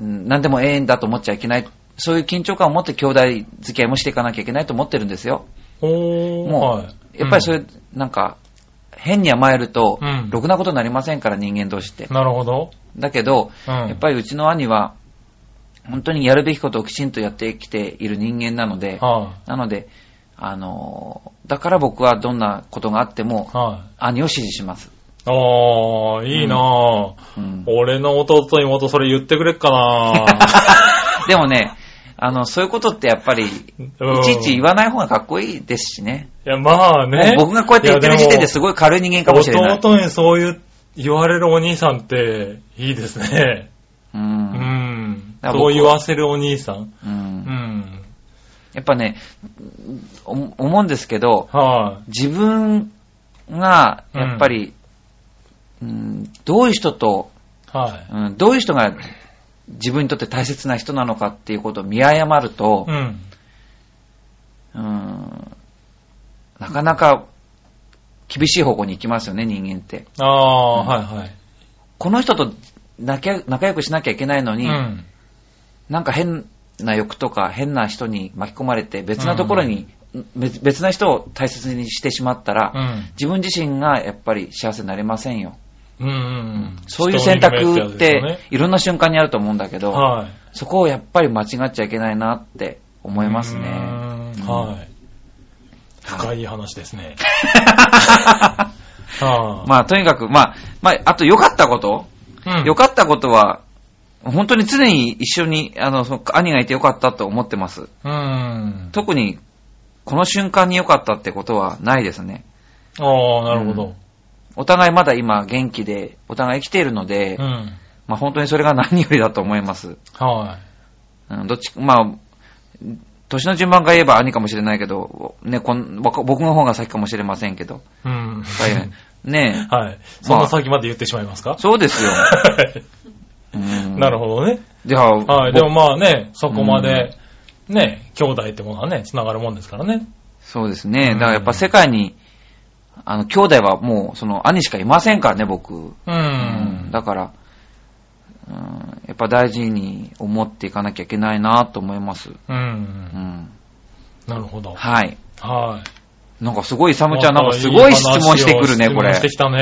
Speaker 1: うん何でも永遠だと思っちゃいけない。そういう緊張感を持って兄弟付き合いもしていかなきゃいけないと思ってるんですよ。
Speaker 2: おー、
Speaker 1: も、。
Speaker 2: はいう
Speaker 1: やっぱりそういうう、なんか、変に甘えると
Speaker 2: うん、
Speaker 1: ろくなことになりませんから、人間同士って
Speaker 2: ん。。なるほど。
Speaker 1: だけど、
Speaker 2: うん。
Speaker 1: やっぱりうちの兄は、本当にやるべきことをきちんとやってきている人間なので、
Speaker 2: は
Speaker 1: なので、あの、だから僕はどんなことがあっても
Speaker 2: い、、は
Speaker 1: 兄を支持します。
Speaker 2: い。あー、いいなぁ、
Speaker 1: うん
Speaker 2: 俺の弟と妹それ言ってくれっか なぁ
Speaker 1: でもね、あの、そういうことってやっぱり、い
Speaker 2: うん
Speaker 1: ちいち言わない方がかっこいいですしね。
Speaker 2: いや、まあね
Speaker 1: も。う僕がこうやって言ってる時点です
Speaker 2: い
Speaker 1: ごい軽い人間
Speaker 2: や
Speaker 1: か
Speaker 2: でも
Speaker 1: もしれない。
Speaker 2: 弟にそういう言われるお兄さんって、いいですね。
Speaker 1: う。
Speaker 2: うんん。
Speaker 1: だから僕
Speaker 2: そう言わせるお兄さん。
Speaker 1: う。
Speaker 2: うんん。
Speaker 1: やっぱね、お思うんですけど、
Speaker 2: は
Speaker 1: 自分が、やっぱり、うん、どういう人と、
Speaker 2: い。はい。
Speaker 1: うん、どういう人が自分にとって大切な人なのかっていうことを見誤ると
Speaker 2: う、ん。
Speaker 1: うん、なかなか厳しい方向に行きますよね、人間って。
Speaker 2: ああ、はいはい。
Speaker 1: この人と仲良仲良くしなきゃいけないの
Speaker 2: う
Speaker 1: に、
Speaker 2: ん。
Speaker 1: なんか変な欲とか変な人に巻き込まれて別なところに、別別な人を大切にしてしまったら、
Speaker 2: うん。
Speaker 1: 自分自身がやっぱり幸せになれませんよ。
Speaker 2: うんうん。
Speaker 1: そういう選択っ
Speaker 2: 人を見る目やつで
Speaker 1: て
Speaker 2: す
Speaker 1: いろんな瞬間にあると思うんだけ
Speaker 2: よね
Speaker 1: ど、
Speaker 2: はい。
Speaker 1: そこをやっぱり間違っちゃいけないなって思います
Speaker 2: う
Speaker 1: ね。
Speaker 2: ー
Speaker 1: う
Speaker 2: ん
Speaker 1: ん
Speaker 2: はい。深い話ですね。は
Speaker 1: まあとにかく、まあ、まあ、あと良かったこと、
Speaker 2: あ
Speaker 1: 良かったことは、本当に常に一緒に、あの、その兄がいて良かったと思ってます。
Speaker 2: うん。うん。
Speaker 1: 特に、この瞬間に良かったってことはないですね。
Speaker 2: ああ、なるほど。
Speaker 1: お互いまだ今元気で、お互い生きているので、
Speaker 2: うん。
Speaker 1: まあ本当にそれが何よりだと思います。
Speaker 2: は
Speaker 1: うん、どっち、まあ、年の順番が言えば兄かもしれないけど、ね、こん僕僕の方が先かもしれませんけど、
Speaker 2: い。うん。
Speaker 1: 大変ね
Speaker 2: はい。そんな先まで言ってしまいますか
Speaker 1: え、そうですよ。うん、
Speaker 2: なる
Speaker 1: ほ
Speaker 2: ほどね。
Speaker 1: ど。じゃあ、
Speaker 2: はい。
Speaker 1: ぼ
Speaker 2: でもまあね、そこまで、ね、兄弟ってものはね、繋がるもんですからね。
Speaker 1: そうですね。だからやっぱ世界に、あの、兄弟はもう、その、兄しかいませんからね、僕。
Speaker 2: う
Speaker 1: うん
Speaker 2: ん。
Speaker 1: だから、うん、やっぱ大事に思っていかなきゃいけないなと思います。
Speaker 2: う。
Speaker 1: うんん。
Speaker 2: なるほど。
Speaker 1: はい。
Speaker 2: はい。
Speaker 1: なんかすごい、サムちゃんなんかすごい質問してくるね、こ
Speaker 2: 質問
Speaker 1: れ
Speaker 2: し。てきたね。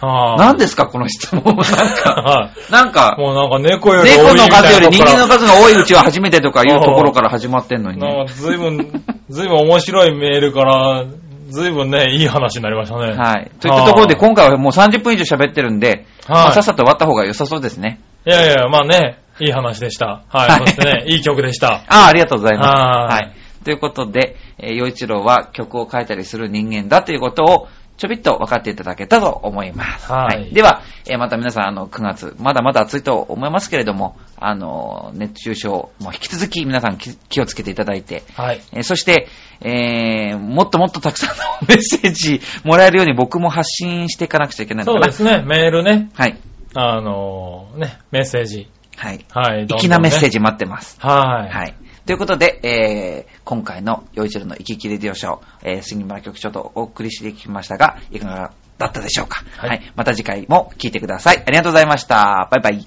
Speaker 2: はい。
Speaker 1: 何ですか、この質問。なんか、
Speaker 2: はい。
Speaker 1: なんか、
Speaker 2: もうなんか猫より多い
Speaker 1: 猫
Speaker 2: み
Speaker 1: の
Speaker 2: たいな
Speaker 1: 数より人間の
Speaker 2: とこ
Speaker 1: 数が多いうちは初めてとかいうところから始まってんの
Speaker 2: ろ
Speaker 1: に
Speaker 2: なん
Speaker 1: ね。
Speaker 2: かずいぶ ん、ずいぶん面白いメールから、ずいぶんね、いい話になりましたね。い。
Speaker 1: はい。といったところで、今回はもう30分以上喋ってるんで、まあさっさと終わった方が良さそうですね。
Speaker 2: いやいや、まあね、いい話でした。はい。
Speaker 1: はい
Speaker 2: そし てね、いい曲でした。
Speaker 1: ああ、ありがとうございます。
Speaker 2: は
Speaker 1: はいい。ということで、えー、洋一郎は曲を書いたりする人間だということを、ちょびっと分かっていただけたと思います。
Speaker 2: はい
Speaker 1: では、えーまた皆さん、あの、9月、まだまだ暑いと思いますけれども、あの、熱中症、もう引き続き皆さん気気をつけていただいて、
Speaker 2: はい。
Speaker 1: えーそして、えーもっともっとたくさんの メッセージもらえるように僕も発信していかなくちゃいけないのか
Speaker 2: そう
Speaker 1: な。
Speaker 2: ですね、メールね、
Speaker 1: はい。
Speaker 2: あのーね、メッセージ。
Speaker 1: はい。
Speaker 2: はい。どんどんね
Speaker 1: 粋なメッセー。ジ待ってます。
Speaker 2: はい。
Speaker 1: はい。ということで、えー、今回の洋一郎の行き来レディオショー、えー、杉村局長とお送りしてきましたが、いかがだったでしょうか、
Speaker 2: はい
Speaker 1: はい。また次回も聞いてください。ありがとうございました。バイバイ。